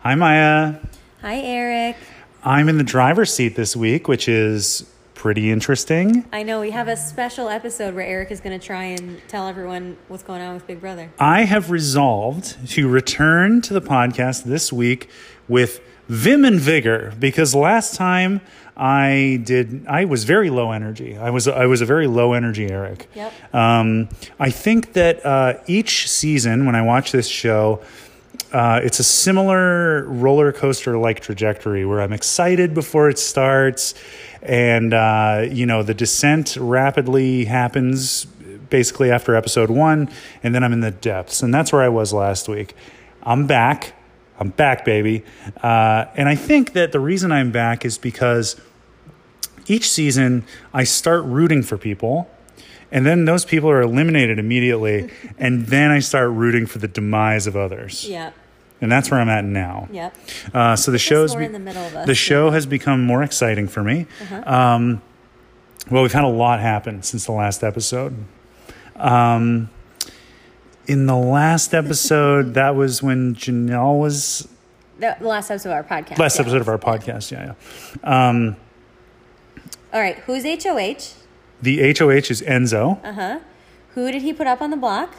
Hi, Maya. Hi, Eric. I'm in the driver's seat this week, which is pretty interesting. I know we have a special episode where Eric is going to try and tell everyone what's going on with Big Brother. I have resolved to return to the podcast this week with vim and vigor because last time I did I was very low energy. I was I was a very low energy Eric. Yep. Um, I think that uh, each season when I watch this show, uh, it's a similar roller coaster like trajectory where I'm excited before it starts, and uh, you know the descent rapidly happens basically after episode one, and then I'm in the depths, and that's where I was last week. I'm back. I'm back, baby. Uh, and I think that the reason I'm back is because each season I start rooting for people, and then those people are eliminated immediately, and then I start rooting for the demise of others. Yep. And that's where I'm at now. Yep. Uh, so the show's be- we're in the Uh-huh. middle of us. the show has become more exciting for me. Um, well, we've had a lot happen since the last episode. Um, in the last episode, that was when Janelle was The the last episode of our podcast. last yeah. episode of our podcast. Yeah, yeah. Um, All right. Who's HOH? the HOH is Enzo. Uh huh. Who did he put up on the block?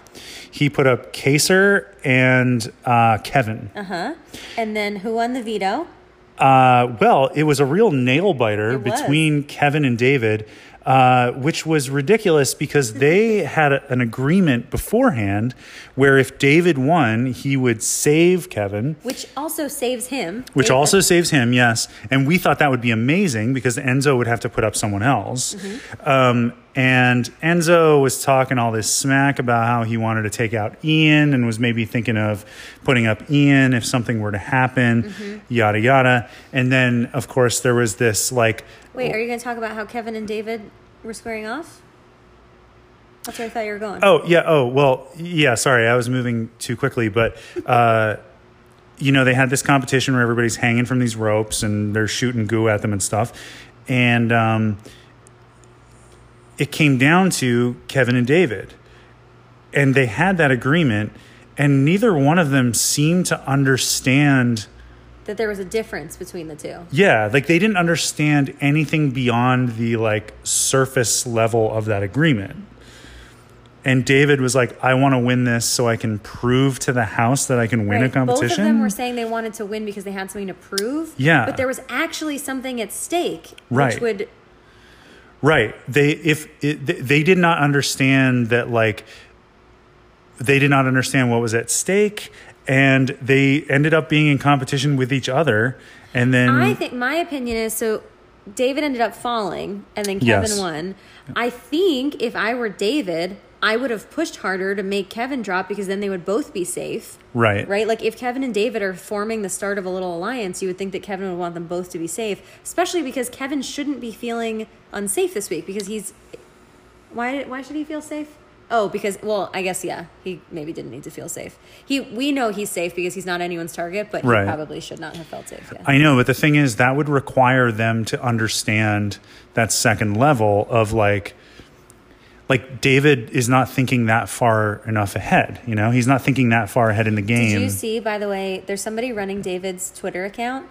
He put up Kaser and uh, Kevin. Uh huh. And then who won the veto? Uh, well, it was a real nail biter It was. between Kevin and David, uh, which was ridiculous because they had a, an agreement beforehand where if David won, he would save Kevin, Which also saves him. which David. also saves him, yes. And we thought that would be amazing because Enzo would have to put up someone else. Um, and Enzo was talking all this smack about how he wanted to take out Ian and was maybe thinking of putting up Ian if something were to happen, yada, yada. And then, of course, there was this like, Wait, are you going to talk about how Kevin and David were squaring off? That's where I thought you were going. Oh yeah. Oh well. Yeah. Sorry, I was moving too quickly, but uh, you know they had this competition where everybody's hanging from these ropes and they're shooting goo at them and stuff, and um, it came down to Kevin and David, and they had that agreement, and neither one of them seemed to understand. That there was a difference between the two. Yeah, like they didn't understand anything beyond the like surface level of that agreement. And David was like, "I want to win this so I can prove to the house that I can win a Right. competition." Both of them were saying they wanted to win because they had something to prove. Yeah. But there was actually something at stake, Right. which would Right. They if it, th- they did not understand that like they did not understand what was at stake and they ended up being in competition with each other and then I think my opinion is so David ended up falling and then Kevin Yes. won. I think if I were David, I would have pushed harder to make Kevin drop because then they would both be safe. right. Right? Like if Kevin and David are forming the start of a little alliance, you would think that Kevin would want them both to be safe, especially because Kevin shouldn't be feeling unsafe this week because he's why why should he feel safe? Oh, because well, I guess yeah, he maybe didn't need to feel safe. He we know he's safe because he's not anyone's target, but he Right. probably should not have felt safe. Yeah. I know, but the thing is, that would require them to understand that second level of like, like David is not thinking that far enough ahead. You know, he's not thinking that far ahead in the Did you game. see, by the way, there's somebody running David's Twitter account,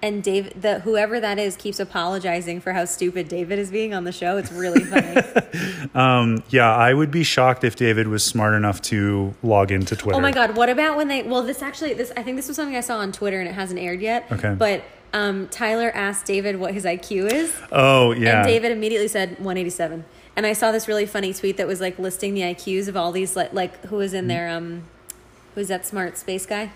and Dave, the whoever that is, keeps apologizing for how stupid David is being on the show. It's really funny. yeah, I would be shocked if David was smart enough to log into Twitter. oh my god, what about when they? Well, this actually, this I think this was something I saw on Twitter and it hasn't aired yet. Okay. but. Um, Tyler asked David what his IQ is, Oh yeah. and David immediately said 187. And I saw this really funny tweet that was like listing the IQs of all these like like who was Mm. in there. Um, who's that smart space guy?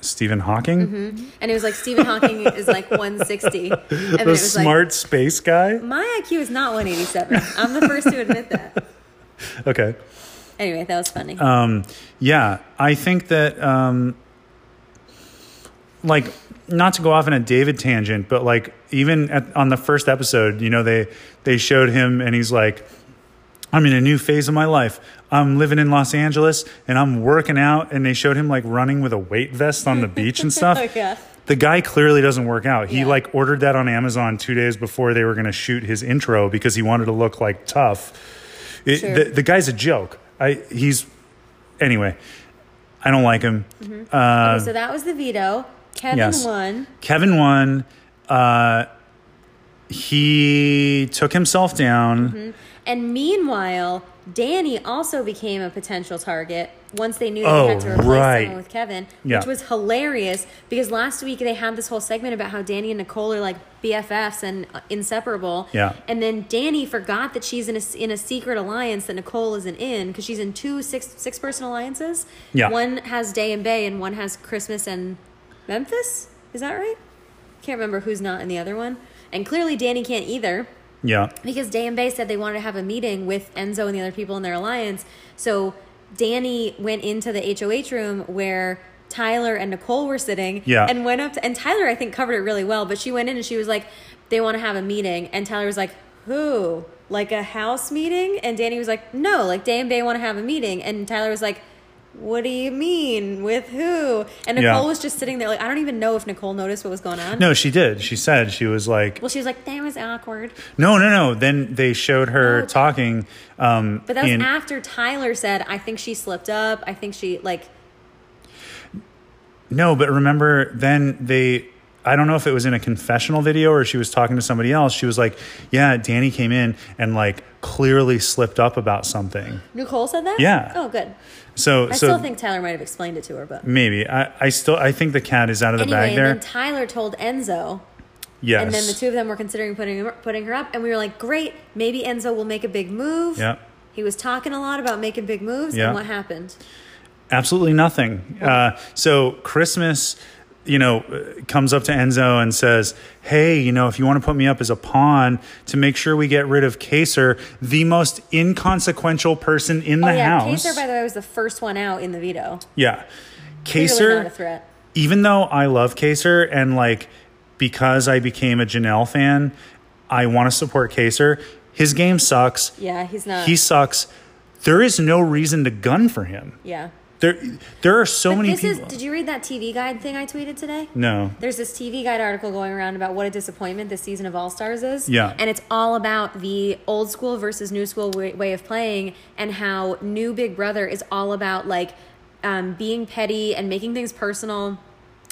Stephen Hawking, Mm-hmm. And it was like Stephen Hawking is like 160. And then the it was smart space guy. like, my IQ is not 187. I'm the first to admit that. Okay. Anyway, that was funny. Uh, Yeah, I think that um like not to go off in a David tangent, but like even at, on the first episode, you know they they showed him and he's like I'm in a new phase of my life. I'm living in Los Angeles and I'm working out and they showed him like running with a weight vest on the beach and stuff. oh, yeah. The guy clearly doesn't work out. He Yeah. like ordered that on Amazon 2 days before they were going to shoot his intro because he wanted to look like tough. It, Sure. the, the guy's a joke. I he's anyway. I don't like him. okay, so that was the veto. Kevin uh, yes. won. Kevin won. Uh, he took himself down. Mm-hmm. And meanwhile, Danny also became a potential target once they knew they Oh, had to replace right. someone with Kevin, Yeah. which was hilarious because last week they had this whole segment about how Danny and Nicole are like BFFs and uh, inseparable. Yeah. And then Danny forgot that she's in a, s- in a secret alliance that Nicole isn't in because she's in two six six person alliances. Yeah. One has Day and Bay and one has Christmas and Memphis. Is that right? Can't remember who's not in the other one. And clearly Danny can't either Yeah. because Day and Bay said they wanted to have a meeting with Enzo and the other people in their alliance. So Danny went into the HOH room where Tyler and Nicole were sitting. Yeah. And went up to, and Tyler I think covered it really well, but she went in and she was like, They want to have a meeting and Tyler was like, Who? Like a house meeting? And Danny was like, No, like Day and Bay want to have a meeting and Tyler was like what do you mean? With who? And Nicole Yeah. was just sitting there, like, I don't even know if Nicole noticed what was going on. No, she did. She said she was like, Well, she was like, that was awkward. no, no, no. Then they showed her No. talking. Um, But that was in- after Tyler said, I think she slipped up. I think she, like, No, but remember then they I don't know if it was in a confessional video or she was talking to somebody else. She was like, "Yeah, Danny came in and like clearly slipped up about something." Nicole said that? Yeah. Oh, good. So I so still think Tyler might have explained it to her, but. maybe I I still I think the cat is out of the Anyway, bag and there. then Tyler told Enzo, yes. and then the two of them were considering putting her, putting her up, and we were like, great, maybe Enzo will make a big move. Yeah. He was talking a lot about making big moves, Yeah. and what happened? Absolutely nothing. Uh, so Christmas, you know, uh, comes up to Enzo and says, "Hey, you know, if you want to put me up as a pawn to make sure we get rid of Kaser, the most inconsequensial person in the oh, yeah, house." Kaser, by the way, was the first one out in the veto. yeah, Clearly Kaser. not a threat. even though I love Kaser and like because I became a Janelle fan, I want to support Kaser. His game sucks. Yeah, he's not. He sucks. There is no reason to gun for him. yeah. There there are so many This is, people. did you read that TV guide thing I tweeted today? no. There's this TV Guide article going around about what a disappointment this season of All Stars is. Yeah. And it's all about the old school versus new school way, way of playing and how new Big Brother is all about like um, being petty and making things personal.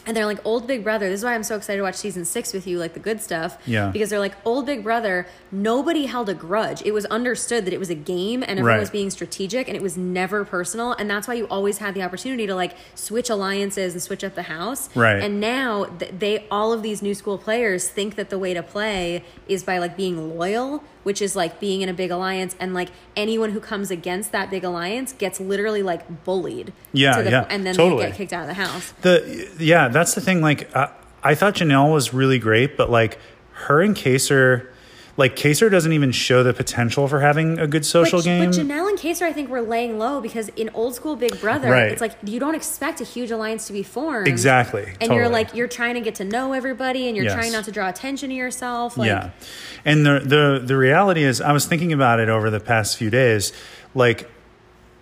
And they're like, old Big Brother. This is why I'm so excited to watch season six with you, like the good stuff. Yeah. Because they're like, old Big Brother, nobody held a grudge. It was understood that it was a game and everyone Right. was being being strategic and it was never personal and that's why you always had the opportunity to like switch alliances and switch up the house Right. and now th- they all of these new school players think that the way to play is by like being loyal which is like being in a big alliance and like anyone who comes against that big alliance gets literally like bullied Yeah, to the, yeah, and then totally. they get kicked out of the house The yeah, that's the thing. Like I I thought Janelle was really great, but like her and Kaser, like Kaser doesn't even show the potential for having a good social but, game. But Janelle and Kaser, I think, were laying low because in old school Big Brother, Right. it's like you don't expect a huge alliance to be formed. Exactly, And totally. you're like you're trying to get to know everybody, and you're Yes. trying not to draw attention to yourself. Like, yeah, and the the the reality is, I was thinking about it over the past few days. Like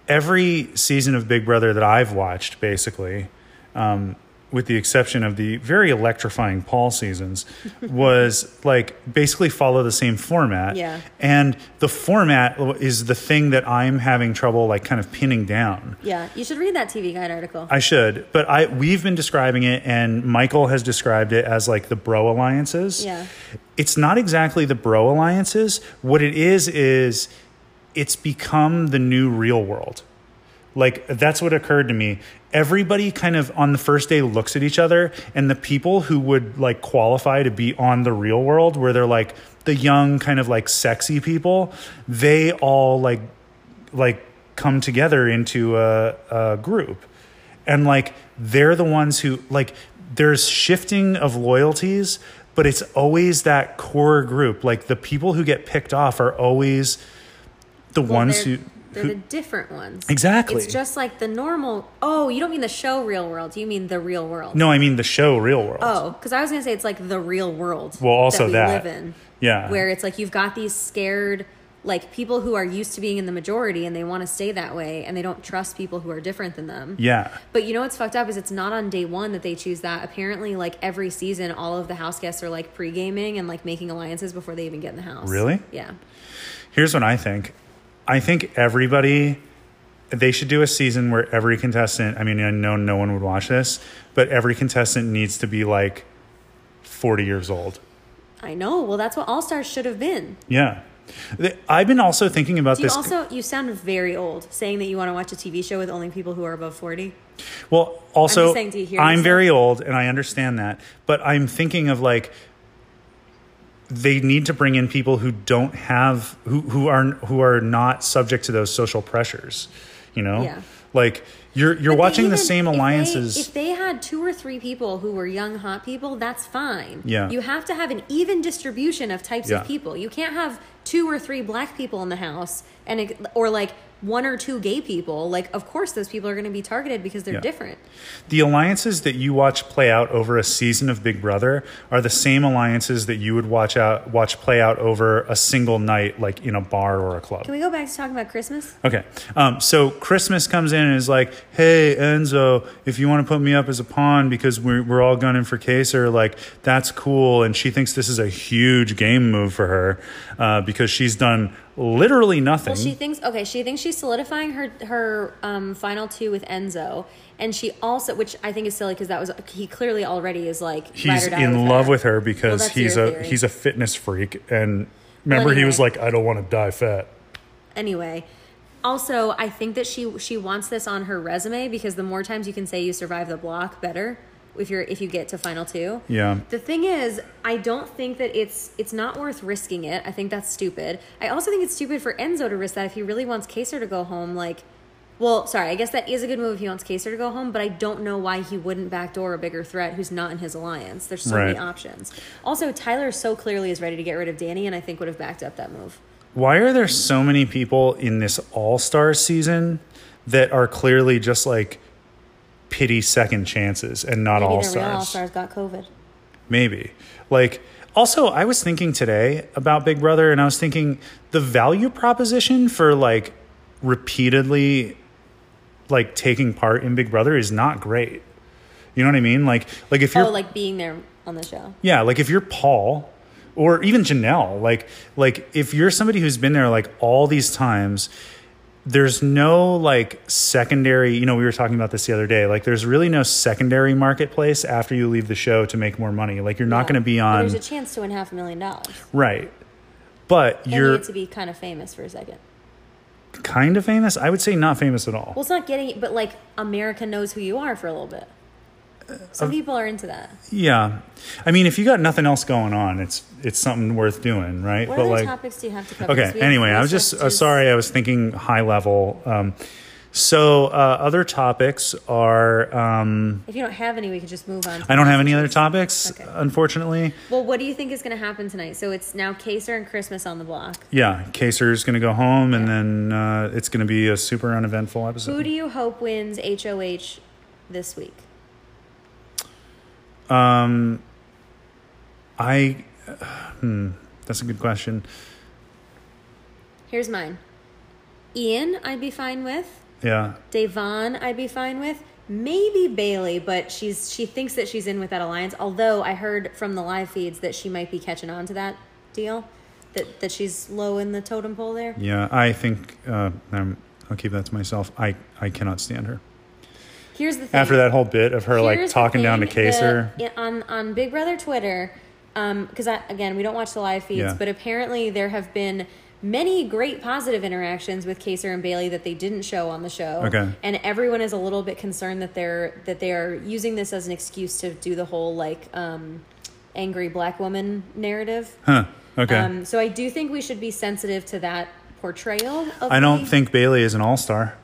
every season of Big Brother that I've watched, basically, um, with the exception of the very electrifying Paul seasons, was like basically follow the same format. Yeah. and the format is the thing that I'm having trouble like kind of pinning down. yeah. You should read that TV Guide article. I should, but I we've been describing it, and Michael has described it as like the bro alliances. Yeah. it's not exactly the bro alliances. What it is is it's become the new real world. Like that's what occurred to me. Everybody kind of on the first day looks at each other, and the people who would like qualify to be on the real world, where they're like the young kind of like sexy people, they all like like come together into a, a group and like they're the ones who like there's shifting of loyalties but it's always that core group like the people who get picked off are always the Well, ones they're, who, they're who the different ones. Exactly. It's just like the normal. Oh, you don't mean the show Real World. You mean the real world. no i mean the show real world Oh, because I was gonna say it's like the real world. Well, also we that. live in. yeah where it's like you've got these scared like people who are used to being in the majority and they want to stay that way and they don't trust people who are different than them. yeah But you know what's fucked up is it's not on day one that they choose that. Apparently, like every season, all of the house guests are like pre gaming and like making alliances before they even get in the house. Really? Yeah. here's what i think i think everybody they should do a season where every contestant, I mean, I know no one would watch this, but every contestant needs to be like 40 years old. I know. Well, that's what All Stars should have been. Yeah. The- I've been also thinking about Do you this. also you sound very old saying that you want to watch a TV show with only people who are above forty? Well, also, saying, do you hear I'm yourself? very old and I understand that, but I'm thinking of like they need to bring in people who don't have who who are who are not subject to those social pressures, you know? Yeah. Like you're you're But they watching the even- same if they- alliances. If they, had two or three people who were young, hot people, that's fine. Yeah. You have to have an even distribution of types Yeah. of people. You can't have two or three black people in the house and it- or like one or two gay people. Like, of course, those people are going to be targeted because they're Yeah. different. the alliances that you watch play out over a season of Big Brother are the same alliances that you would watch out watch play out over a single night like in a bar or a club. Can we go back to talking about Christmas? Okay. Um, so Christmas comes in and is like, hey, Enzo, if you want to put me up as a pawn because we're, we're all gunning for Kaser, like, that's cool. And she thinks this is a huge game move for her uh, because she's done literally nothing. Well, she thinks okay. She thinks she's solidifying her her um, final two with Enzo, and she also, which I think is silly because that was he clearly already is like he's in love with her because that's he's your a theory. he's a fitness freak. And remember, he was anyway. like, I don't want to die fat. anyway also i think that she she wants this on her resume because the more times you can say you survive the block better if you're if you get to final two Yeah. the thing is i don't think that it's it's not worth risking it i think that's stupid i also think it's stupid for enzo to risk that if he really wants Kaser to go home like well sorry i guess that is a good move if he wants Kaser to go home but i don't know why he wouldn't backdoor a bigger threat who's not in his alliance there's so many Right. options also tyler so clearly is ready to get rid of danny and i think would have backed up that move Why are there so many people in this All Star season that are clearly just like pity second chances and not maybe All the real all Stars? stars got covid Maybe. Like, also, I was thinking today about Big Brother, and I was thinking the value proposition for like repeatedly like taking part in Big Brother is not great. You know what I mean? Like, like if you're Oh, like being there on the show. Yeah, like if you're Paul or even Janelle, like like if you're somebody who's been there like all these times, there's no like secondary, you know, we were talking about this the other day. Like there's really no secondary marketplace after you leave the show to make more money. Like you're not going to be But on There's a chance to win half a million dollars. right. But You you're need to be kind of famous for a second. kind of famous. I would say not famous at all. Well, it's not getting, but like America knows who you are for a little bit. Um, Some people are into that. yeah. I mean, if you got nothing else going on, it's it's something worth doing, right? What but other like topics do you have to cover? Okay. Because we have Anyway, I was three just uh, sessions. sorry. I was thinking high level. Um, so uh, other topics are. Um, If you don't have any, we could just move on. To I don't have any other topics, Okay. unfortunately. Well, what do you think is going to happen tonight? So it's now Kaser and Christmas on the block. Yeah, Kaser's going to go home, and then uh, it's going to be a super uneventful Who episode. do you hope wins HOH this week? I. hmm, that's a good question. Here's mine. Ian, I'd be fine with. Yeah. Devon, I'd be fine with. Maybe Bailey, but she's she thinks that she's in with that alliance. Although I heard from the live feeds that she might be catching on to that deal, that that she's low in the totem pole there. Yeah. I think uh, i I'll keep that to myself. I I cannot stand her. Here's the thing. After that whole bit of her like Here's the talking down to thing, the- Kaser. yeah, on on Big Brother Twitter, because I again we don't watch the live feeds, Yeah. but apparently there have been many great positive interactions with Kaser and Bailey that they didn't show on the show. Okay. and everyone is a little bit concerned that they're that they are using this as an excuse to do the whole like um, angry black woman narrative. Huh. Okay. Um, so I do think we should be sensitive to that portrayal. Of I don't the- think Bailey is an all star.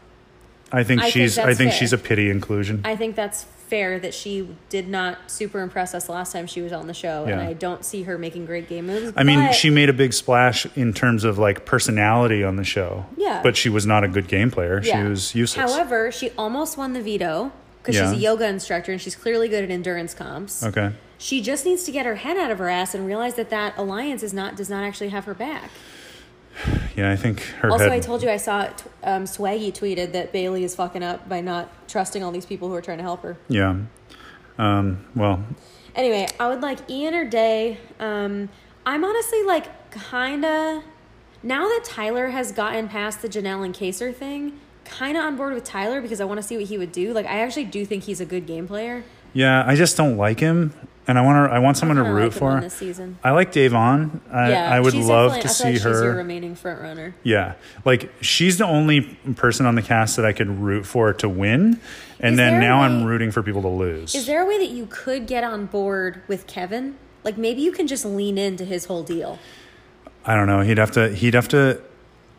I think I think she's. I that's think fair. she's a pity inclusion. I think that's fair that she did not super impress us last time she was on the show, and Yeah. I don't see her making great game moves. I mean, but- she made a big splash in terms of like personality on the show. Yeah. But she was not a good game player. yeah. She was useless. However, she almost won the veto because Yeah. she's a yoga instructor and she's clearly good at endurance comps. okay. She just needs to get her head out of her ass and realize that that alliance is not does not actually have her back. Yeah, I think her Also, head. I told you I saw t- um, Swaggy tweeted that Bailey is fucking up by not trusting all these people who are trying to help her. yeah. Um, well, Anyway, I would like Ian or Day. Um, I'm honestly like kind of now that Tyler has gotten past the Janelle and Kaser thing. kind of on board with Tyler because I want to see what he would do. Like, I actually do think he's a good game player. Yeah, I just don't like him, and I want to. I want someone to kinda root like him for. on this season. I like Dave on. I, yeah, I would she's love definitely- to I feel see like She's your her. remaining front runner. Yeah, like she's the only person on the cast that I could root for to win, and then Is there now a I'm way- rooting for people to lose. Is there a way that you could get on board with Kevin? Like maybe you can just lean into his whole deal. I don't know. He'd have to. He'd have to.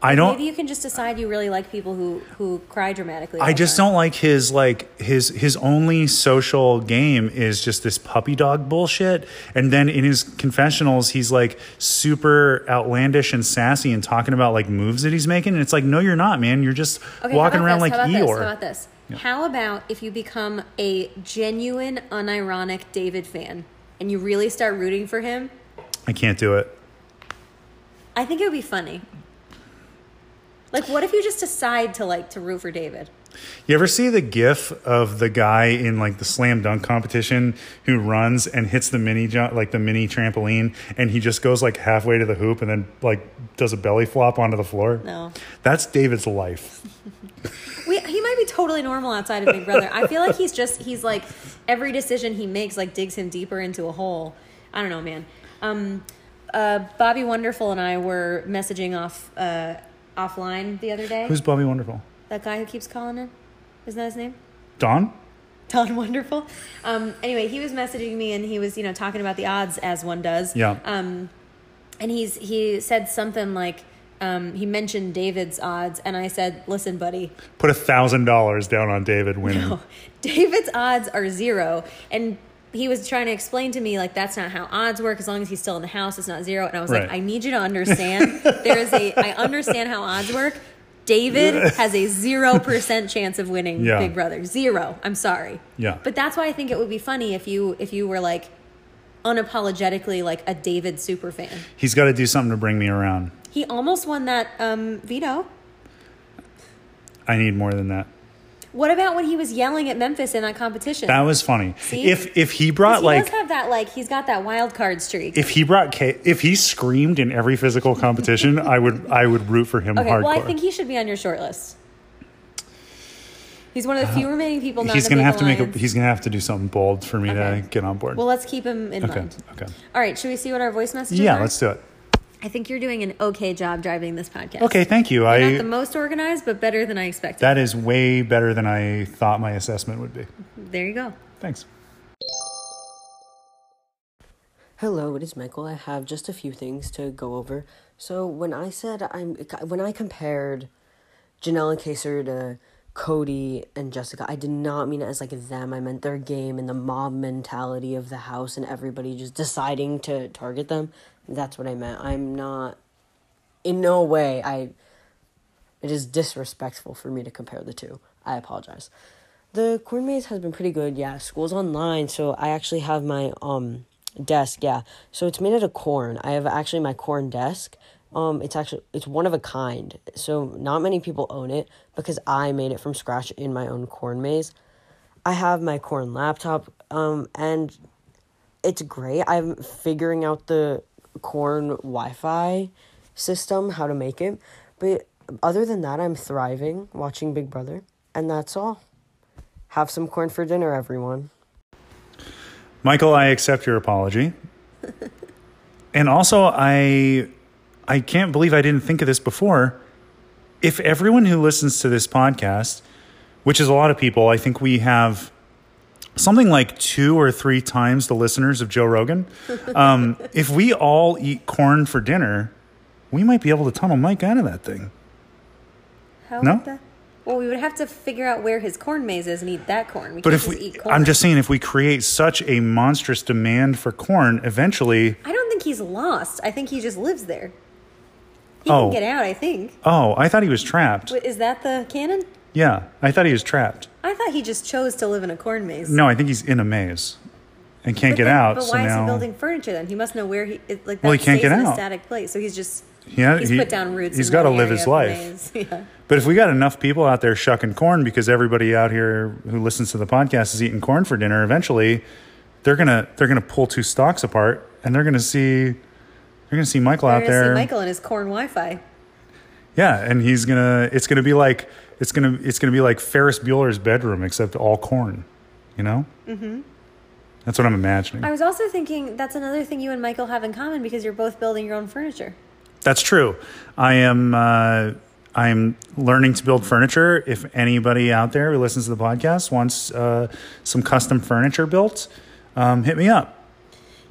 I don't. Maybe you can just decide you really like people who who cry dramatically. all I the just time. don't like his like his his only social game is just this puppy dog bullshit. And then in his confessionals, he's like super outlandish and sassy and talking about like moves that he's making. And it's like, no, you're not, man. You're just Okay, how walking about around this? like how about This? How Eeyore. about this? How about if you become a genuine, unironic David fan and you really start rooting for him? I can't do it. I think it would be funny. Like, what if you just decide to like to root for David? You ever see the gif of the guy in like the slam dunk competition who runs and hits the mini jump, like the mini trampoline, and he just goes like halfway to the hoop and then like does a belly flop onto the floor? No. That's David's life. We, he might be totally normal outside of Big Brother. I feel like he's just he's like every decision he makes like digs him deeper into a hole. I don't know, man. Um, uh, Bobby Wonderful and I were messaging off uh, offline the other day. Who's Bobby Wonderful? that guy who keeps calling in? Isn't that his name? Don? Don Wonderful. Um, anyway, he was messaging me and he was you know talking about the odds as one does. Yeah. Um, and he's he said something like um, he mentioned David's odds, and I said, "Listen, buddy." Put a thousand dollars down on David winning. No, David's odds are zero. And he was trying to explain to me, like, that's not how odds work. As long as he's still in the house, it's not zero. And I was like, Right. I need you to understand. there is a, I understand how odds work. David has a 0% chance of winning Yeah. Big Brother. Zero. I'm sorry. Yeah. But that's why I think it would be funny if you, if you were like, unapologetically like a David super fan. He's got to do something to bring me around. He almost won that um, veto. I need more than that. What about when he was yelling at Memphis in that competition? That was funny. See? If if he brought he like does have that like he's got that wild card streak. if he brought K, if he screamed in every physical competition, I would I would root for him Okay, hardcore. well, I think he should be on your short list. He's one of the few remaining people not Uh, he's going gonna have to make a, he's gonna have to do something bold for me Okay. to get on board. well, let's keep him in okay, mind. okay, All right, should we see what our voice messages yeah, are? let's do it. I think you're doing an okay job driving this podcast. Okay, thank you. You're not the I most organized, but better than I expected. that is way better than I thought my assessment would be. there you go. Thanks. Hello, it is Michael. I have just a few things to go over. So when I said I'm when I compared Janelle and Kaser to Cody and Jessica, I did not mean it as like them. I meant their game and the mob mentality of the house and everybody just deciding to target them. That's what I meant. I'm not in no way I it is disrespectful for me to compare the two. I apologize. The corn maze has been pretty good. Yeah, school's online, so I actually have my um desk. Yeah, so it's made out of corn. I have actually my corn desk. Um, it's actually it's one of a kind. So not many people own it because I made it from scratch in my own corn maze. I have my corn laptop. Um, and it's great. I'm figuring out the corn Wi-Fi system, how to make it. But other than that, I'm thriving watching Big Brother, and that's all. Have some corn for dinner, everyone. Michael, I accept your apology. and also I I can't believe I didn't think of this before. If everyone who listens to this podcast, which is a lot of people, I think we have something like two or three times the listeners of Joe Rogan. Um, if we all eat corn for dinner, we might be able to tunnel Mike out of that thing. How No? would that- Well, we would have to figure out where his corn maze is and eat that corn. We But can't if just we, eat corn. I'm just saying, if we create such a monstrous demand for corn, eventually I don't think he's lost. I think he just lives there. He Oh. can get out. I think. Oh, I thought he was trapped. Wait, Is that the canon? Yeah, I thought he was trapped. I thought he just chose to live in a corn maze. No, I think he's in a maze and can't But get then- out. But so why now, is he building furniture then? He must know where he it, like. That Well, he can't stays get in out. A static place, so he's just. Yeah, he's he- put down roots. he's in gotta one live area his of the life. maze. Yeah. But if we got enough people out there shucking corn because everybody out here who listens to the podcast is eating corn for dinner, eventually they're gonna they're gonna pull two stocks apart and they're gonna see they're gonna see Michael We're out gonna there. see Michael and his corn Wi-Fi. Yeah, and he's gonna. It's gonna be like it's gonna it's gonna be like Ferris Bueller's bedroom, except all corn. You know. Mm-hmm. That's what I'm imagining. I was also thinking that's another thing you and Michael have in common because you're both building your own furniture. That's true. I am. Uh, I'm learning to build furniture. If anybody out there who listens to the podcast wants uh, some custom furniture built, um, hit me up.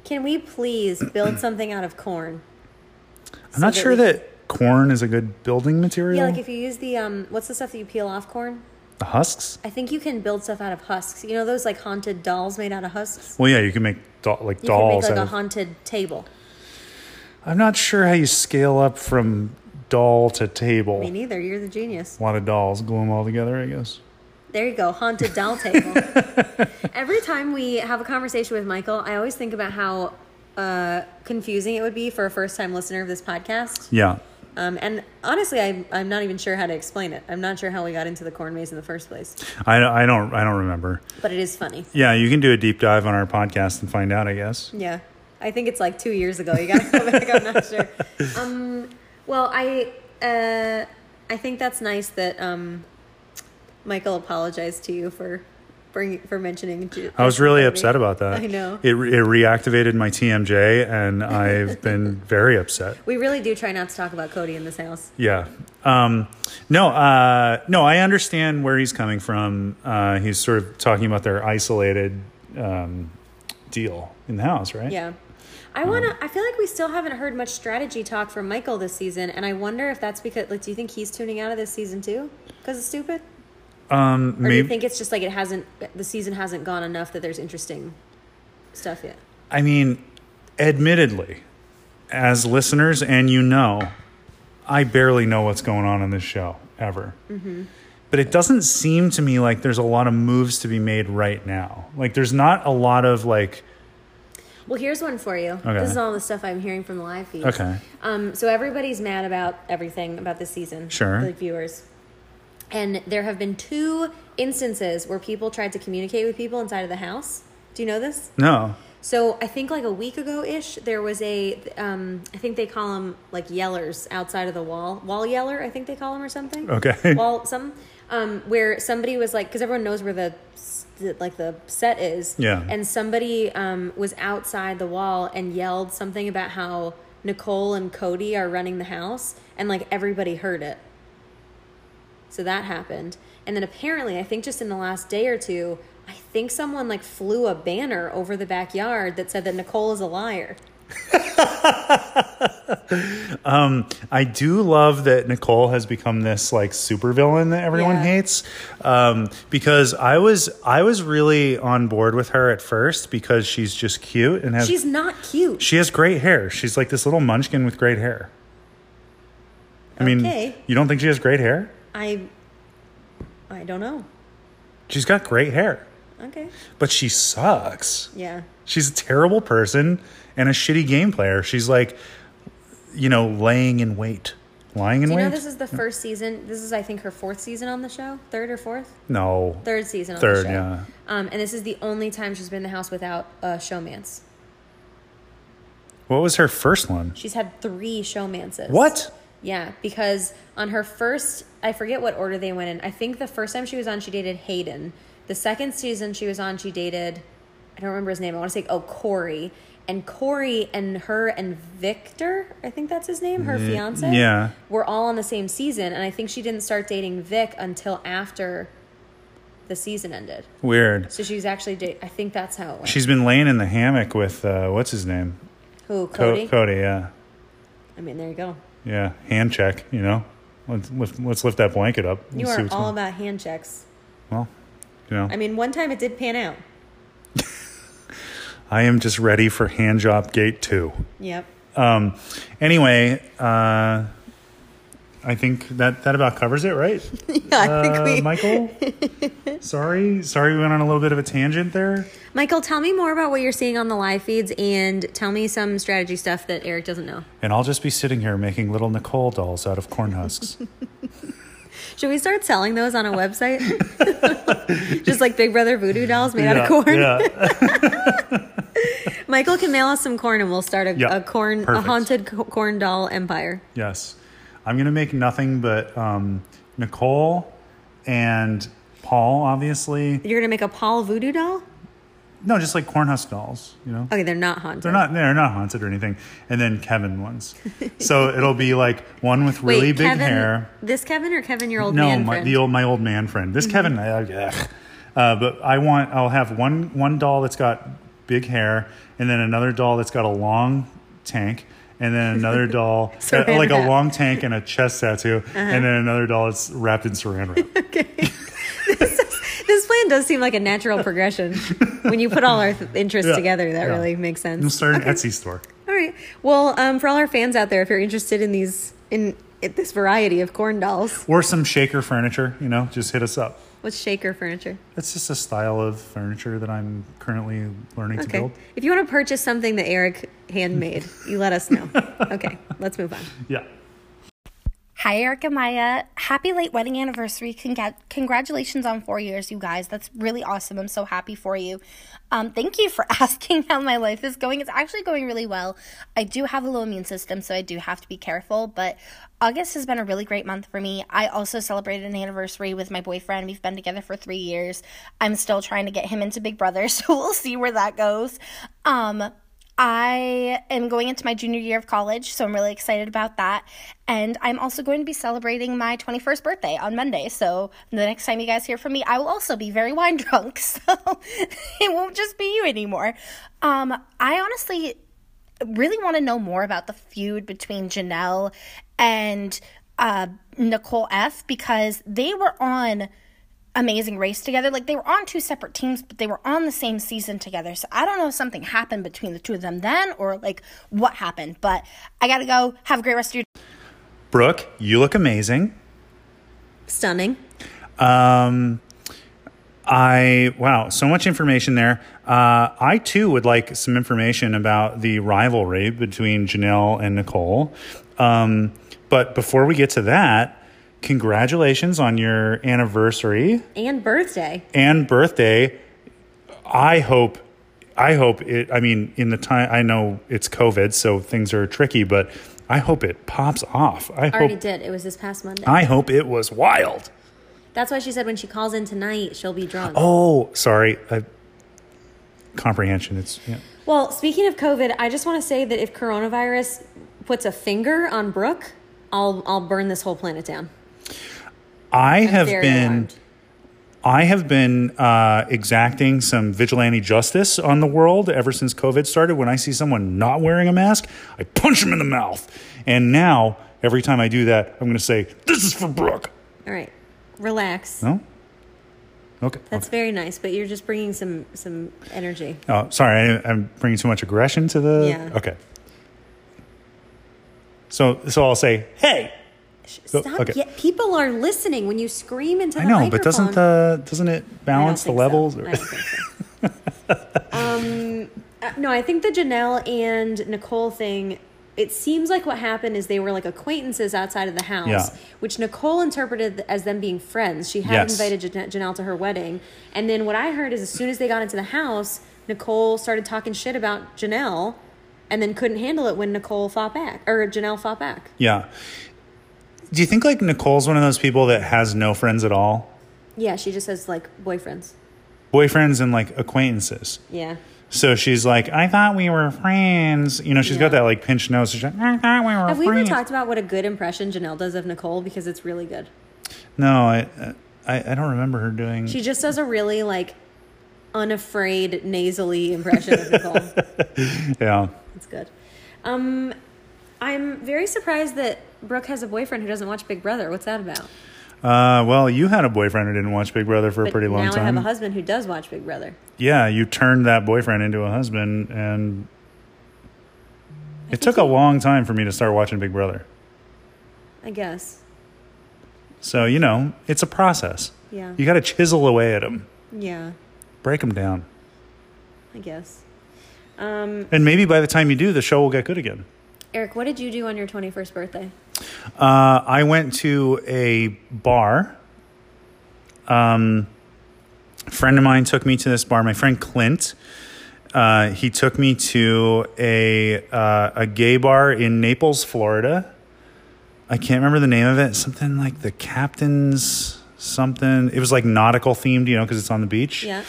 Can we please build something out of corn? I'm not that sure we- that corn is a good building material. Yeah, like if you use the um, what's the stuff that you peel off corn? the husks. I think you can build stuff out of husks. You know those like haunted dolls made out of husks. Well, yeah, you can make do- like You dolls. can make like out a of- haunted table. I'm not sure how you scale up from doll to table. Me neither. You're the genius. a lot of dolls, glue them all together, I guess. There you go, haunted doll table. Every time we have a conversation with Michael, I always think about how uh, confusing it would be for a first time listener of this podcast. Yeah. Um, and honestly, I'm, I'm not even sure how to explain it. I'm not sure how we got into the corn maze in the first place, I, I don't I don't remember. but it is funny. Yeah, you can do a deep dive on our podcast and find out, I guess. Yeah. I think it's like two years ago. You gotta go back. I'm not sure. Um, well, I uh, I think that's nice that um, Michael apologized to you for bring, for mentioning. Ju- I was really upset about that. I know. It, re- it reactivated my TMJ, and I've been very upset. We really do try not to talk about Cody in this house. Yeah. Um, no, uh, no, I understand where he's coming from. Uh, he's sort of talking about their isolated um, deal in the house, right? Yeah. I want to. I feel like we still haven't heard much strategy talk from Michael this season, and I wonder if that's because, like, do you think he's tuning out of this season too? Because it's stupid, Um, or do you maybe, think it's just like it hasn't? The season hasn't gone enough that there's interesting stuff yet. I mean, admittedly, as listeners and you know, I barely know what's going on in this show ever. But it doesn't seem to me like there's a lot of moves to be made right now. Like there's not a lot of like Well, here's one for you. Okay. This is all the stuff I'm hearing from the live feed. okay, Um, so everybody's mad about everything about this season. Sure. The viewers. And there have been two instances where people tried to communicate with people inside of the house. Do you know this? no, So I think like a week ago ish, there was a, um, I think they call them like yellers outside of the wall, wall yeller, I think they call them or something. Okay. Wall some, um, where somebody was like, because everyone knows where the s- the- like the set is. Yeah. And somebody um, was outside the wall and yelled something about how Nicole and Cody are running the house, and like everybody heard it. So that happened. And then apparently, I think just in the last day or two, I think someone like flew a banner over the backyard that said that Nicole is a liar. I do love that Nicole has become this like supervillain that everyone Yeah. hates um, because I was I was really on board with her at first because she's just cute and has She's not cute. she has great hair. She's like this little munchkin with great hair. I mean, Okay. you don't think she has great hair? I I don't know. She's got great hair, Okay. but she sucks. Yeah. She's a terrible person and a shitty game player. She's like, you know, laying in wait, lying in Do you wait. know this is the first season? This is I think her fourth season on the show, third or fourth, no, third season on Third, the show. yeah. Um, and this is the only time she's been in the house without a showmance. what was her first one? She's had three showmances. What? Yeah, because on her first, I forget what order they went in. I think the first time she was on, she dated Hayden. The second season she was on, she dated, I don't remember his name. I want to say, oh, Corey. And Corey and her and Victor, I think that's his name, her fiance, yeah. were all on the same season. And I think she didn't start dating Vic until after the season ended. Weird. So she was actually, da- I think that's how it went. She's been laying in the hammock with uh, what's his name? Who, Co- Cody? Cody. Yeah, I mean, there you go. yeah. Hand check. You know, let's lift, let's lift that blanket up. You Let's see are what's all going- about hand checks. Well, you know, I mean, one time it did pan out. I am just ready for hand job gate two. Yep. Um, anyway, uh, I think that that about covers it, right? uh, Michael. sorry, sorry, we went on a little bit of a tangent there. Michael, tell me more about what you're seeing on the live feeds and tell me some strategy stuff that Eric doesn't know. And I'll just be sitting here making little Nicole dolls out of corn husks. Should we start selling those on a website? Just like Big Brother voodoo dolls made out Yeah, of corn. yeah. Michael can mail us some corn and we'll start a, Yeah, a corn, a perfect. haunted co- corn doll empire. yes. I'm gonna make nothing but um, Nicole and Paul, obviously. You're gonna make a Paul voodoo doll? No, just like Cornhusk dolls, you know. Okay, they're not haunted. They're not they're not haunted or anything. And then Kevin ones. so it'll be like one with Wait, really big Kevin, hair. This Kevin or Kevin your old no, man my, friend? Mm-hmm. the old my old man friend. This Kevin, uh, ugh. Uh, but I want I'll have one one doll that's got big hair, and then another doll that's got a long tank, and then another doll Saran uh, like wrap. a long tank and a chest tattoo, Uh-huh. and then another doll that's wrapped in saran wrap. this plan does seem like a natural progression. when you put all our th- interests Yeah, together, that yeah. really makes sense. we'll start an Etsy store. All right. Well, um, for all our fans out there, if you're interested in these in, in this variety of corn dolls, Or some shaker furniture, you know, just hit us up. what's shaker furniture? That's just a style of furniture that I'm currently learning to Okay. build. If you want to purchase something that Eric handmade, you let us know. Okay, let's move on. Yeah. Hi, Eric and Maya. Happy late wedding anniversary. Congra- congratulations on four years, you guys. That's really awesome. I'm so happy for you. Um, thank you for asking how my life is going. It's actually going really well. I do have a low immune system, so I do have to be careful, but August has been a really great month for me. I also celebrated an anniversary with my boyfriend. We've been together for three years. I'm still trying to get him into Big Brother, so we'll see where that goes. Um, I am going into my junior year of college, so I'm really excited about that. And I'm also going to be celebrating my 21st birthday on Monday. So the next time you guys hear from me, I will also be very wine drunk. So it won't just be you anymore. Um, I honestly really want to know more about the feud between Janelle and uh, Nicole F because they were on Amazing Race together. Like they were on two separate teams, but they were on the same season together. So I don't know if something happened between the two of them then or like what happened. But I got to go. Have a great rest of your Brooke, you look amazing. Stunning. Um, I wow, so much information there. Uh, I too would like some information about the rivalry between Janelle and Nicole. Um, but before we get to that, congratulations on your anniversary And birthday. and birthday. I hope, I hope it. I mean, in the time I know it's COVID, so things are tricky, but I hope it pops off. I I already hope. did. It was this past Monday. I hope it was wild. That's why she said when she calls in tonight, she'll be drunk. Oh, sorry. I, comprehension. It's yeah. Well, speaking of COVID, I just want to say that if coronavirus puts a finger on Brooke, I'll I'll burn this whole planet down. I have Very been alarmed. I have been uh, exacting some vigilante justice on the world ever since COVID started. When I see someone not wearing a mask, I punch them in the mouth. And now every time I do that, I'm going to say, "This is for Brooke." All right, relax. No. Okay. That's very nice, but you're just bringing some some energy. Oh, sorry. I, I'm bringing too much aggression to the. Yeah. Okay. So, so I'll say, "Hey." Stop. okay. Yet people are listening when you scream into the I know, microphone. but doesn't uh, the doesn't it I don't balance the think so. levels? I don't think so. um, uh, no, I think the Janelle and Nicole thing. It seems like what happened is they were like acquaintances outside of the house, Yeah. which Nicole interpreted as them being friends. She had Yes. invited Jan- Janelle to her wedding, and then what I heard is as soon as they got into the house, Nicole started talking shit about Janelle, and then couldn't handle it when Nicole fought back or Janelle fought back. Yeah. Do you think like Nicole's one of those people that has no friends at all? Yeah, she just has like boyfriends. boyfriends and like acquaintances. Yeah. So she's like, I thought we were friends. You know, she's got Yeah. that like pinched nose. She's like, I thought we were Have we ever friends. talked about what a good impression Janelle does of Nicole? Because it's really good. no, I, I I don't remember her doing. She just does a really like unafraid nasally impression of Nicole. yeah, It's good. Um, I'm very surprised that Brooke has a boyfriend who doesn't watch Big Brother. What's that about? uh, well, you had a boyfriend who didn't watch Big Brother for a But pretty long now I time. have a husband who does watch Big Brother. yeah, you turned that boyfriend into a husband, and it took a long time for me to start watching Big Brother. I guess. So you know, it's a process. Yeah. You got to chisel away at them, Yeah, break them down, I guess. Um, and maybe by the time you do, the show will get good again. Eric, what did you do on your 21st birthday? Uh, I went to a bar. Um, a friend of mine took me to this bar. My friend Clint. Uh, he took me to a uh, a gay bar in Naples, Florida. I can't remember the name of it. Something like the captain's something. It was like nautical themed, you know, because it's on the beach. Yeah.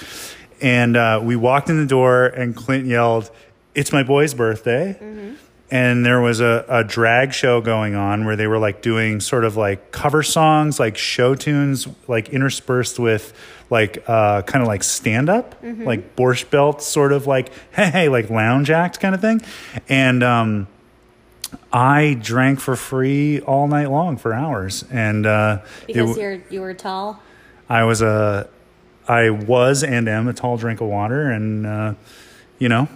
And uh, we walked in the door, and Clint yelled, "It's my boy's birthday." And there was a, a drag show going on where they were like doing sort of like cover songs, like show tunes, like interspersed with like uh, kind of like stand up, like borscht belt, sort of like hey, hey, like lounge act kind of thing. And um, I drank for free all night long for hours, and uh, it Because w- you're you were tall. I was a, I was and am a tall drink of water, and uh, you know,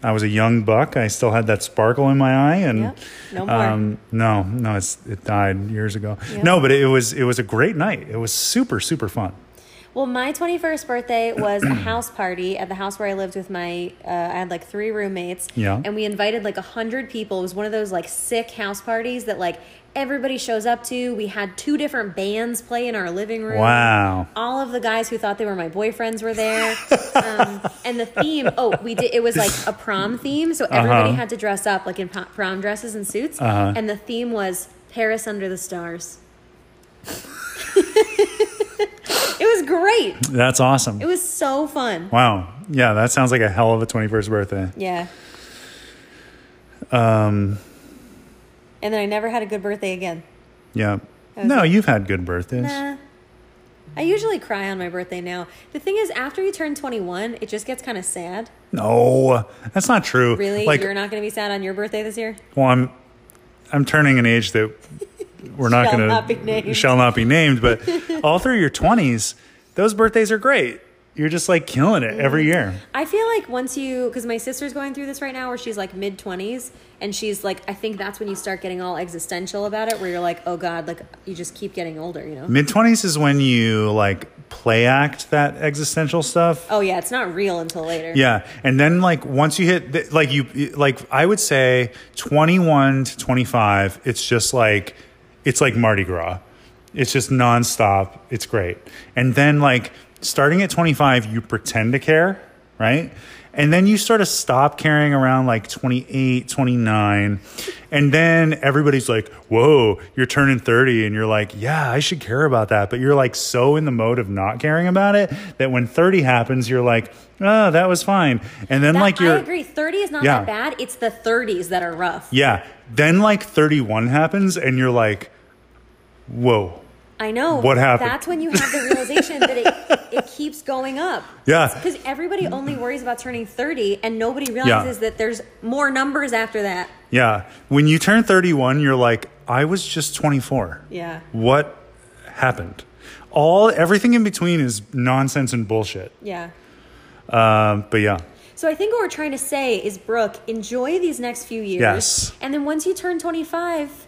I was a young buck. I still had that sparkle in my eye, and Yep. No more. Um, no, no, it's it died years ago. Yep. No, but it was it was a great night. It was super super fun. Well, my 21st birthday was a house party at the house where I lived with my, uh, I had like three roommates. Yeah. And we invited like 100 people. It was one of those like sick house parties that like everybody shows up to. We had two different bands play in our living room. Wow. All of the guys who thought they were my boyfriends were there. um, and the theme, oh, we did, it was like a prom theme. Uh-huh. So everybody had to dress up like in po- prom dresses and suits. And the theme was Paris under the stars. It was great. That's awesome. It was so fun. wow. Yeah, that sounds like a hell of a twenty first birthday. Yeah. Um. Um. And then I never had a good birthday again. Yeah. No, you've had good birthdays. Nah. I usually cry on my birthday now. The thing is, after you turn 21, it just gets kind of sad. No, that's not true. Really? Like, You're not going to be sad on your birthday this year? well, I'm, I'm turning an age that we're not Shall going not be to named. shall not be named. But all through your twenties, those birthdays are great. You're just like killing it every year. I feel like once you, because my sister's going through this right now where she's like mid 20s, and she's like, I think that's when you start getting all existential about it, where you're like, oh God, like you just keep getting older, you know? Mid twenties is when you like play act that existential stuff. Oh, yeah, it's not real until later. Yeah, and then like once you hit the, like you like I would say twenty one to twenty five, it's just like it's like Mardi Gras. It's just nonstop. It's great. And then like starting at twenty five, you pretend to care, right? And then you sort of stop caring around like 28, 29. And then everybody's like, whoa, you're turning 30. And you're like, yeah, I should care about that. But you're like so in the mode of not caring about it that when 30 happens, you're like, oh, that was fine. And then That- like you're. I agree. 30 is not Yeah. that bad. It's the 30s that are rough. Yeah. Then like 31 happens and you're like, whoa. I know. What happened? That's when you have the realization that it, it keeps going up. Yeah. Because everybody only worries about turning 30 and nobody realizes that there's more numbers after that. Yeah. When you turn 31, you're like, I was just 24. Yeah. What happened? All everything in between is nonsense and bullshit. Yeah. Um, but yeah, So I think what we're trying to say is, Brooke, enjoy these next few years. Yes. And then once you turn 25,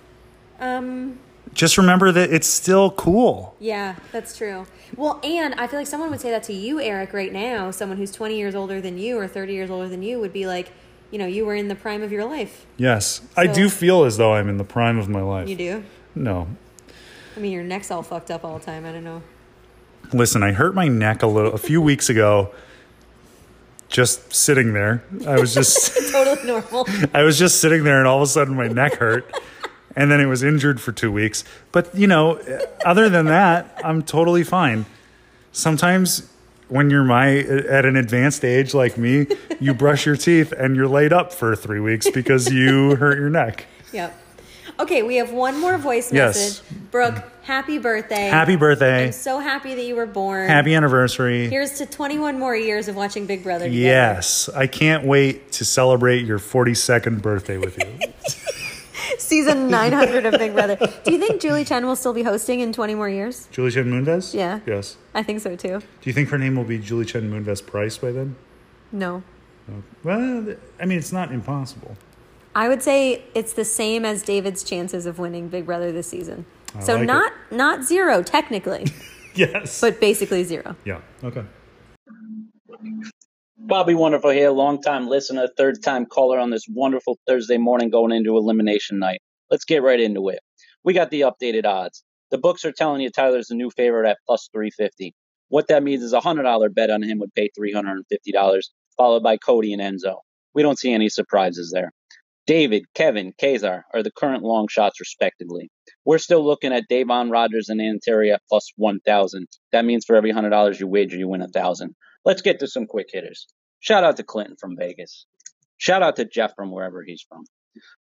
um, just remember that it's still cool. yeah, that's true. Well, and I feel like someone would say that to you, Eric, right now. Someone who's 20 years older than you or 30 years older than you would be like, you know, you were in the prime of your life. Yes, I So- do feel as though I'm in the prime of my life. You do? No, I mean, your neck's all fucked up all the time. I don't know. listen, I hurt my neck a little a few weeks ago. Just sitting there, I was just. totally normal. I was just sitting there, and all of a sudden my neck hurt, and then it was injured for two weeks. But you know, other than that, I'm totally fine. Sometimes when you're my at an advanced age like me, you brush your teeth and you're laid up for three weeks because you hurt your neck. Yep. Okay, we have one more voice Yes. message. Brooke, happy birthday. Happy birthday! I'm so happy that you were born. Happy anniversary! Here's to 21 more years of watching Big Brother. Together. Yes, I can't wait to celebrate your 42nd birthday with you. Season 900 of Big Brother. Do you think Julie Chen will still be hosting in 20 more years? Julie Chen Moonves? Yeah. Yes. I think so too. Do you think her name will be Julie Chen Moonves Price by then? No. Well, th- I mean, it's not impossible. I would say it's the same as David's chances of winning Big Brother this season. so like it. not not zero technically, Yes. but basically zero. yeah. Okay. Bobby Wonderful here, longtime listener, third time caller on this wonderful Thursday morning going into elimination night. Let's get right into it. We got the updated odds. The books are telling you Tyler's the new favorite at plus 350. What that means is a $100 bet on him would pay $350, followed by Cody and Enzo. We don't see any surprises there. David, Kevin, Kazar are the current long shots, respectively. We're still looking at Davon Rogers and Anteri at plus 1,000. That means for every $100 you wager, you win 1,000. Let's get to some quick hitters. Shout out to Clinton from Vegas. Shout out to Jeff from wherever he's from.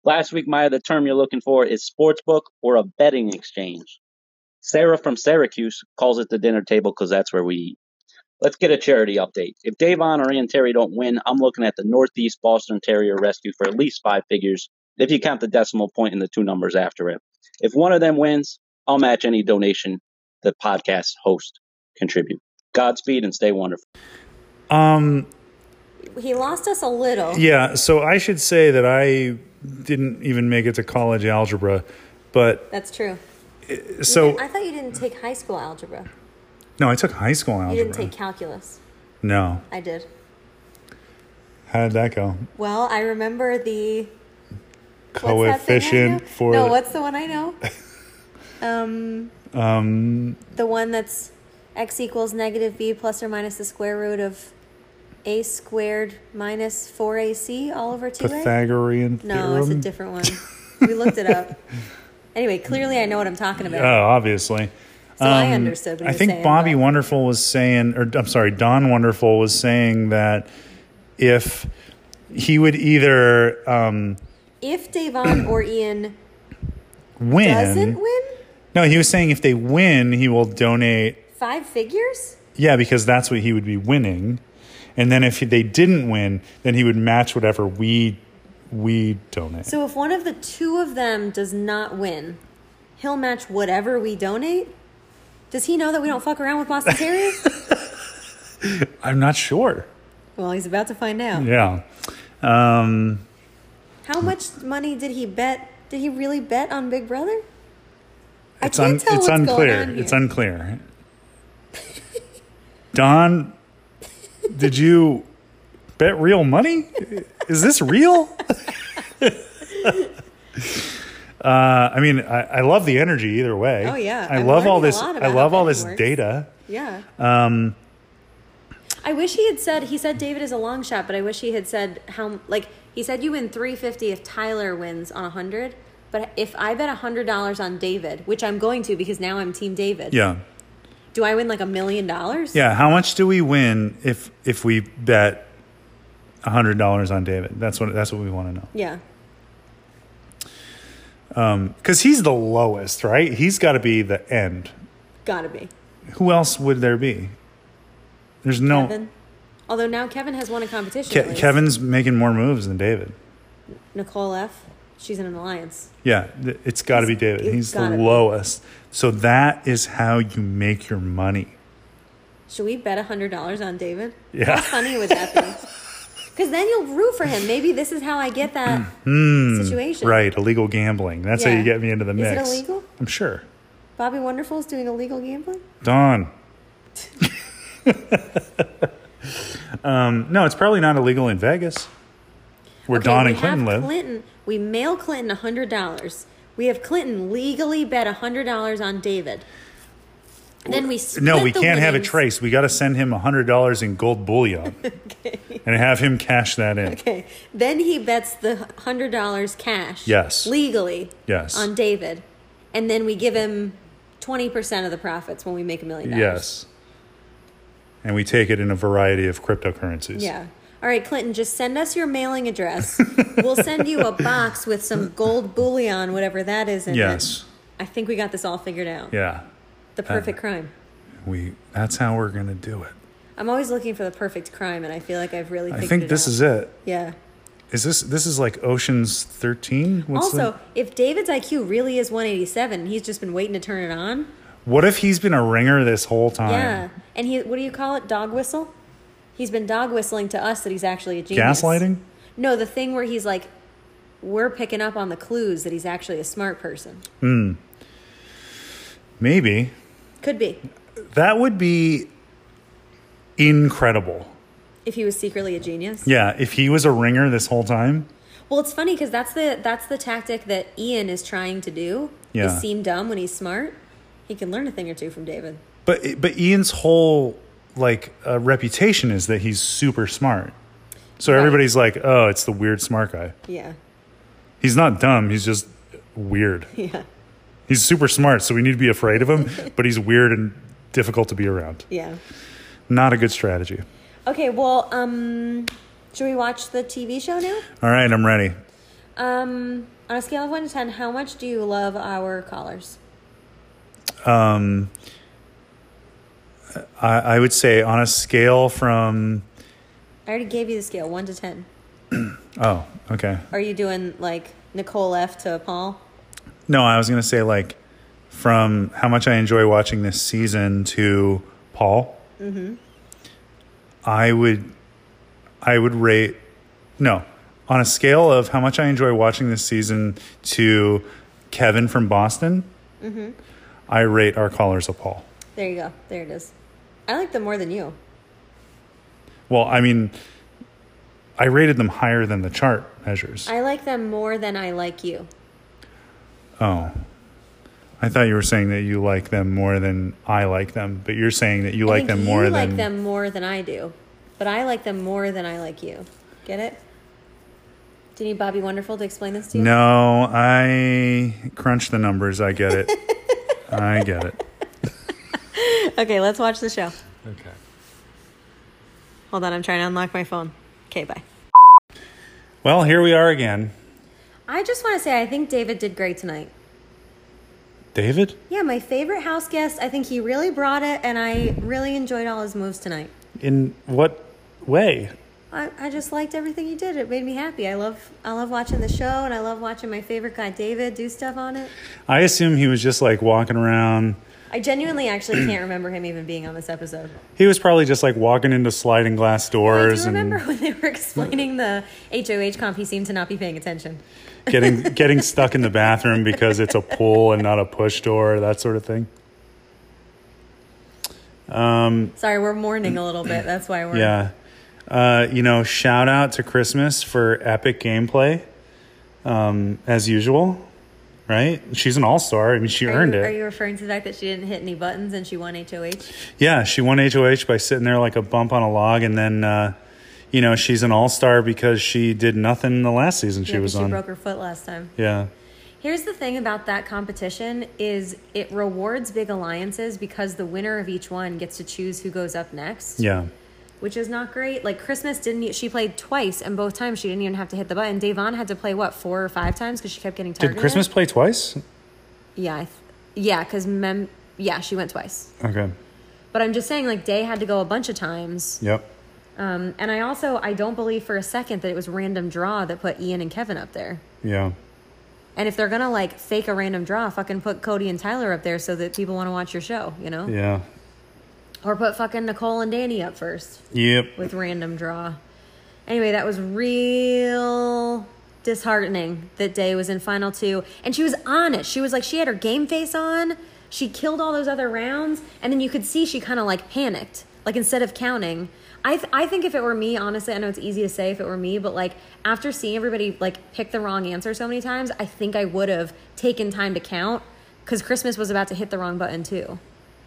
Last week, Maya, the term you're looking for is sportsbook or a betting exchange. Sarah from Syracuse calls it the dinner table because that's where we eat. Let's get a charity update. If Davon or Anteri don't win, I'm looking at the Northeast Boston Terrier Rescue for at least five figures if you count the decimal point and the two numbers after it. If one of them wins, I'll match any donation the podcast host contribute. Godspeed and stay wonderful. Um, He lost us a little. yeah, so I should say that I didn't even make it to college algebra, but That's true. so I thought you didn't take high school algebra. no, I took high school algebra. You didn't take calculus. no, I did. how did that go? Well, I remember the what's that thing I Coefficient know? for no. What's the one I know? um, um, the one that's x equals negative b plus or minus the square root of a squared minus four ac all over two a. Pythagorean No, theorem. it's a different one. we looked it up. Anyway, clearly I know what I'm talking about. Oh, obviously. So I understood what um, I he was think saying, Bobby but- Wonderful was saying, or I'm sorry, Don Wonderful was saying that if he would either um, If Davon or Ian win, doesn't win no, he was saying if they win, he will donate. five figures, Yeah, because that's what he would be winning. And then if they didn't win, then he would match whatever we we donate. so if one of the two of them does not win, he'll match whatever we donate. Does he know that we don't fuck around with Boston Terriers? I'm not sure. well, he's about to find out. Yeah. Um, How much money did he bet? Did he really bet on Big Brother? I it's un- can't tell it's what's going unclear. on here. It's unclear. Don, did you bet real money? Is this real? uh, I mean, I, I love the energy either way. Oh, yeah. I I'm love all learning a this. lot about I how love all betting this works. data. Yeah. um, I wish he had said he said David is a long shot, but I wish he had said how like he said you win 350 if Tyler wins on 100, but if I bet $100 on David, which I'm going to because now I'm team David. Yeah, Do I win like a million dollars? yeah. How much do we win if if we bet hundred dollars on David? That's what that's what we want to know. Yeah. Because he's the lowest, right? He's got to be the end. Got to be. Who else would there be? There's no Kevin. Although now Kevin has won a competition. at Ke- least. Kevin's making more moves than David. Nicole F. She's in an alliance. Yeah, th- it's got to be He's- David. it's He's the gotta be. lowest. So that is how you make your money. Should we bet $100 on David? Yeah. How funny would that be? Because then you'll root for him. Maybe this is how I get that situation. Hmm. Right, illegal gambling. That's how Yeah. you get me into the Is it mix. illegal? I'm sure. Bobby Wonderful's doing illegal gambling? Don. um, no, it's probably not illegal in Vegas, where Okay, Don we and Clinton have live. Clinton, we mail Clinton hundred dollars. We have Clinton legally bet hundred dollars on David. And then we split no, we the can't have it winnings. traced. We got to send him hundred dollars in gold bullion, and have him cash that in. Okay. Then he bets the hundred dollars cash. Yes. Legally. Yes. On David, and then we give him twenty percent of the profits when we make a million dollars. Yes. And we take it in a variety of cryptocurrencies. Yeah. All right, Clinton, just send us your mailing address. we'll send you a box with some gold bullion, whatever that is in Yes. it. I think we got this all figured out. Yeah. The perfect crime. We that's how we're gonna do it. I'm always looking for the perfect crime, and I feel like I've I really. Figured think it this out. is it. Yeah. Is this this is like Ocean's thirteen? What's the- also, if David's IQ really is 187, he's just been waiting to turn it on. what if he's been a ringer this whole time? Yeah. And he, what do you call it? Dog whistle. He's been dog whistling to us that he's actually a genius. Gaslighting? No, the thing where he's like, we're picking up on the clues that he's actually a smart person. Maybe. Could be That would be incredible. if he was secretly a genius. Yeah, if he was a ringer this whole time. Well, it's funny because that's the that's the tactic that Ian is trying to do. Yeah. Is seem dumb when he's smart. He can learn a thing or two from David. But but Ian's whole like uh, reputation is that he's super smart. So everybody's like, "Oh, it's the weird smart guy." Yeah. He's not dumb. He's just weird. Yeah. He's super smart, so we need to be afraid of him, but he's weird and difficult to be around. Yeah. Not a good strategy. Okay, well, um, should we watch the TV show now? All right, I'm ready. Um, on a scale of 1 to 10, how much do you love our callers? Um, I, I would say on a scale from I already gave you the scale, 1 to 10. oh okay Are you doing like Nicole F to Paul? no I was gonna say like from how much I enjoy watching this season to Paul. Mm-hmm. I would I would rate no on a scale of how much I enjoy watching this season to Kevin from Boston. Mm-hmm. I rate our callers a Paul. There you go. There it is. I like them more than you. Well, I mean, I rated them higher than the chart measures. I like them more than I like you. oh. I thought you were saying that you like them more than I like them, but you're saying that you I like think them you more than like them more than I do, but I like them more than I like you. Get it? Do you need Bobby Wonderful to explain this to you? No, I crunch the numbers. I get it. I get it. Okay, let's watch the show. Okay. Hold on, I'm trying to unlock my phone. Okay, bye. Well, here we are again. I just want to say I think David did great tonight. David? Yeah, my favorite house guest. I think he really brought it, and I really enjoyed all his moves tonight. In what way? I, I just liked everything he did. It made me happy. I love I love watching the show, and I love watching my favorite guy David do stuff on it. I assume he was just like walking around. I genuinely actually can't remember him even being on this episode. He was probably just like walking into sliding glass I doors do remember and when they were explaining the HOH comp, he seemed to not be paying attention. getting getting stuck in the bathroom because it's a pull and not a push door, that sort of thing. Sorry, we're mourning a little bit. That's why we're. Yeah. Uh, you know, shout out to Christmas for epic gameplay, um, as usual, right? She's an all star. I mean, she Are earned you, it. Are you referring to the fact that she didn't hit any buttons and she won HOH? yeah, she won HOH by sitting there like a bump on a log. And then, uh, you know, she's an all star because she did nothing the last season she Yeah, 'cause was she on. broke her foot last time. yeah. Here's the thing about that competition is it rewards big alliances because the winner of each one gets to choose who goes up next, Yeah. which is not great. Like Christmas didn't e- she played twice and both times she didn't even have to hit the button. Davon had to play what four or five times because she kept getting Did targeted. Christmas play twice? Yeah, I th- yeah, because mem yeah she went twice. Okay. But I'm just saying like Day had to go a bunch of times. Yep. Um, and I also I don't believe for a second that it was random draw that put Ian and Kevin up there. Yeah. And if they're gonna like fake a random draw, fucking put Cody and Tyler up there so that people want to watch your show, you know? Yeah. Or put fucking Nicole and Danny up first Yep. with random draw. Anyway, that was real disheartening that Day was in final two. And she was on it. She was like, she had her game face on. She killed all those other rounds. And then you could see she kind of like panicked. Like instead of counting, I, th- I think if it were me, honestly, I know it's easy to say if it were me, but like after seeing everybody like pick the wrong answer so many times, I think I would have taken time to count because Christmas was about to hit the wrong button too.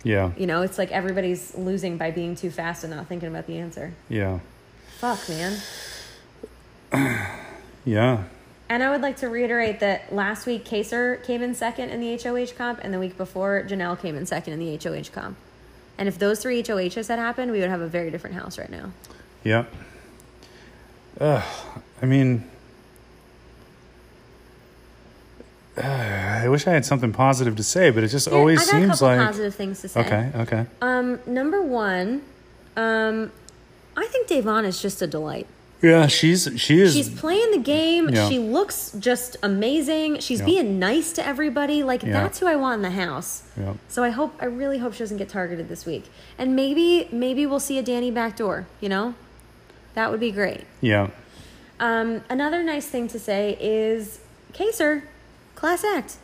Yeah. You know, it's like everybody's losing by being too fast and not thinking about the answer. Yeah. Fuck, man. Yeah. And I would like to reiterate that last week Kaser came in second in the HOH comp, and the week before Janelle came in second in the HOH comp. And if those three HOHs had happened, we would have a very different house right now. Yep. Ugh, I mean, uh, I wish I had something positive to say, but it just always I got a seems couple like positive things to say. okay, okay, Um, number one, um, I think Davon is just a delight. yeah. She's she is She's playing the game. Yeah. She looks just amazing. She's Yeah. being nice to everybody. Like Yeah. that's who I want in the house. Yeah. So I hope I really hope she doesn't get targeted this week. And maybe maybe we'll see a Danny backdoor, you know? That would be great. yeah, Um, another nice thing to say is Kaser, class act.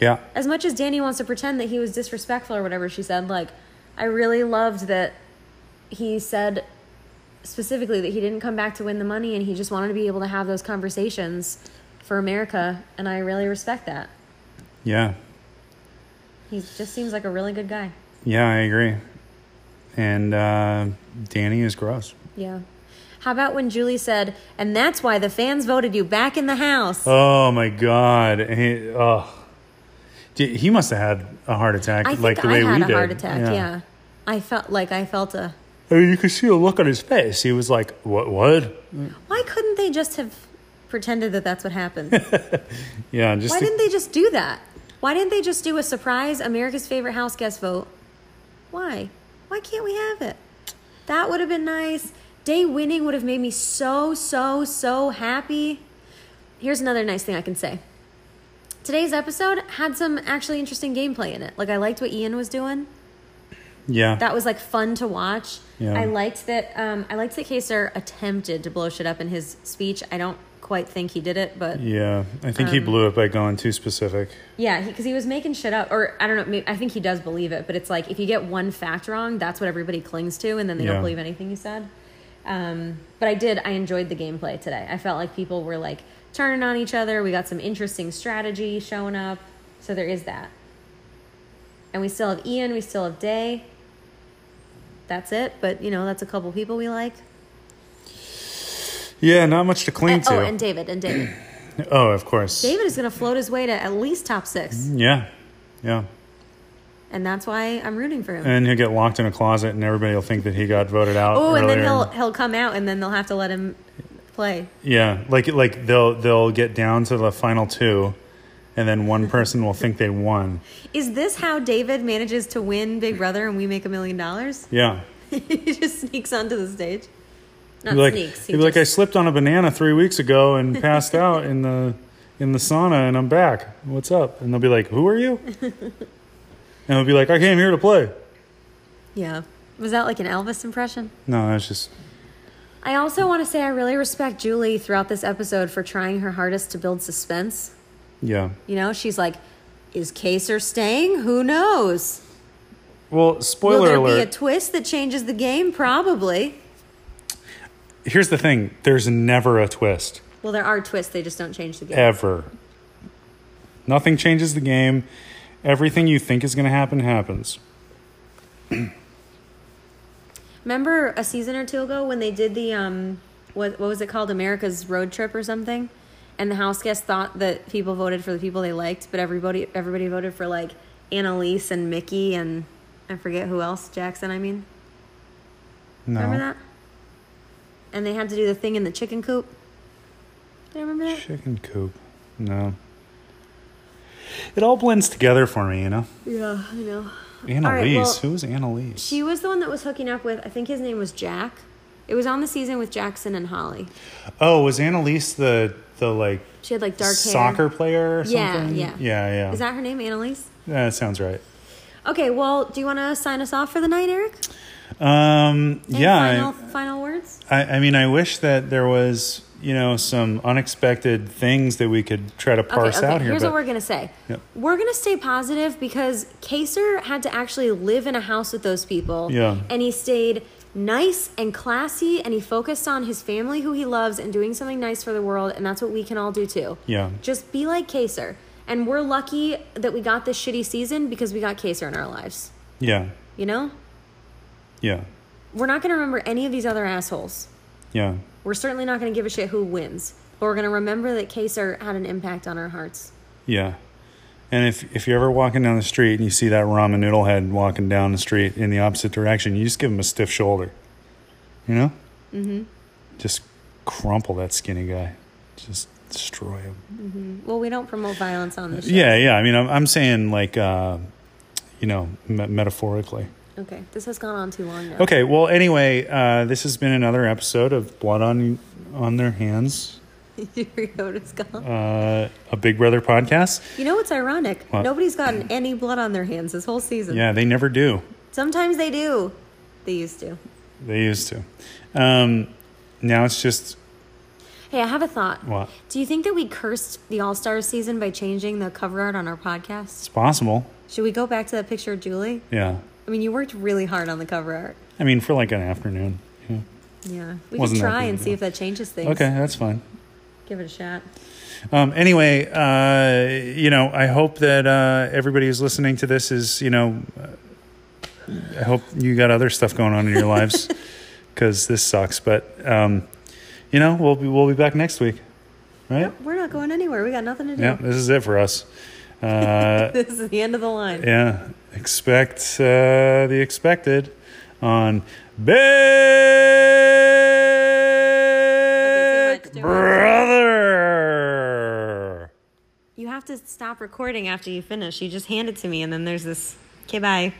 yeah, As much as Danny wants to pretend that he was disrespectful or whatever she said, like I really loved that he said specifically that he didn't come back to win the money and he just wanted to be able to have those conversations for America and I really respect that. yeah, He just seems like a really good guy. yeah. I agree. And uh, Danny is gross. Yeah. How about when Julie said, and that's why the fans voted you back in the house? Oh my god. He, oh. D- he must have had a heart attack, I think like the I way had we a did. heart attack. Yeah. I felt like I felt a. I mean, you could see the look on his face. He was like, "What? What? Why couldn't they just have pretended that that's what happened? Yeah." Just Why to- didn't they just do that? Why didn't they just do a surprise America's favorite house guest vote? Why? Why can't we have it? That would have been nice. Day winning would have made me so, so, so happy. Here's another nice thing I can say. Today's episode had some actually interesting gameplay in it. Like, I liked what Ian was doing yeah. that was like fun to watch. Yeah. I liked that. Um, I liked that Kaser attempted to blow shit up in his speech. I don't quite think he did it, but yeah, yeah. I think Um, he blew it by going too specific. because he, was making shit up, or I don't know. Maybe, I think he does believe it, but it's like if you get one fact wrong, that's what everybody clings to, and then they Yeah. don't believe anything you said. Um, but I did. I enjoyed the gameplay today. I felt like people were like turning on each other. We got some interesting strategy showing up. So there is that. And we still have Ian. We still have Day. That's it. But you know, that's a couple people we like. Yeah, not much to cling And- to. oh, and David and David. oh, of course. David is going to float his way to at least top six, Yeah. Yeah. and that's why I'm rooting for him. And he'll get locked in a closet, and everybody will think that he got voted out. Oh, and then earlier. he'll he'll come out, and then they'll have to let him play. Yeah, like like they'll they'll get down to the final two, and then one person will think they won. Is this how David manages to win Big Brother and we make a million dollars? Yeah, He just sneaks onto the stage. Not He'd be like sneaks. he'd He be like I just- slipped on a banana three weeks ago and passed out in the in the sauna, and I'm back. What's up? And they'll be like, Who are you? And he'll be like, I came here to play. yeah. Was that like an Elvis impression? No, that's just I also want to say I really respect Julie throughout this episode for trying her hardest to build suspense. yeah. You know, she's like, "Is Kaser staying? Who knows? Well, Will spoiler there alert. be a twist that changes the game? Probably." Here's the thing: there's never a twist. Well, there are twists. They just don't change the game. ever. Nothing changes the game. Everything you think is going to happen happens. Remember a season or two ago when they did the um, what what was it called? America's Road Trip or something? And the house guests thought that people voted for the people they liked, but everybody everybody voted for like Annalise and Mickey and I forget who else. Jackson, I mean. No. Remember that? And they had to do the thing in the chicken coop. Do you remember that? Chicken coop. No. It all blends together for me, you know. Yeah, I know. Annalise. well, Who is Annalise? She was the one that was hooking up with. I think his name was Jack. It was on the season with Jackson and Holly. oh, was Annalise the the like She had like dark hair. soccer player or Yeah, something? yeah. yeah, yeah. Is that her name, Annalise? that sounds right. Okay, well, do you want to sign us off for the night, Eric? Um, Any yeah. I- Final, final words? I, I mean, I wish that there was you know some unexpected things that we could try to parse okay, okay. out here. Here's but what we're going to say Yep. We're going to stay positive because Kaser had to actually live in a house with those people. Yeah. And he stayed nice and classy and he focused on his family who he loves and doing something nice for the world. And that's what we can all do too. Yeah. Just be like Kaser. And we're lucky that we got this shitty season because we got Kaser in our lives. yeah, You know? yeah, We're not going to remember any of these other assholes. yeah. We're certainly not going to give a shit who wins, but we're going to remember that Kaser had an impact on our hearts. Yeah. And if if you're ever walking down the street and you see that ramen noodle head walking down the street in the opposite direction, you just give him a stiff shoulder. You know? Mm-hmm. Just crumple that skinny guy. Just destroy him. Well, we don't promote violence on this show. Yeah, yeah. I mean, I'm, I'm saying like, uh, you know, me- metaphorically. Okay, this has gone on too long now. Okay. Well, anyway, uh, this has been another episode of Blood on on Their Hands, Your goat is gone. uh, a Big Brother podcast. You know what's ironic? What? Nobody's gotten any blood on their hands this whole season. Yeah, they never do. Sometimes they do. They used to. They used to. Um, now it's just Hey, I have a thought. What? Do you think that we cursed the All Stars season by changing the cover art on our podcast? It's possible. Should we go back to that picture of Julie? Yeah. I mean, you worked really hard on the cover art. I mean, for like an afternoon. Yeah. Yeah. We can Wasn't that try big and of a see deal. if that changes things. Okay, that's fine. Give it a shot. Um, anyway, uh, you know, I hope that uh, everybody who's listening to this is, you know, uh, I hope you got other stuff going on in your lives because this sucks. But um, you know, we'll be, we'll be back next week, right? We're not going anywhere. We got nothing to do. Yeah, this is it for us. Uh, This is the end of the line. yeah, expect uh, the expected on Big let's do it. Brother. You have to stop recording after you finish. You just hand it to me, and then there's this. Okay, bye.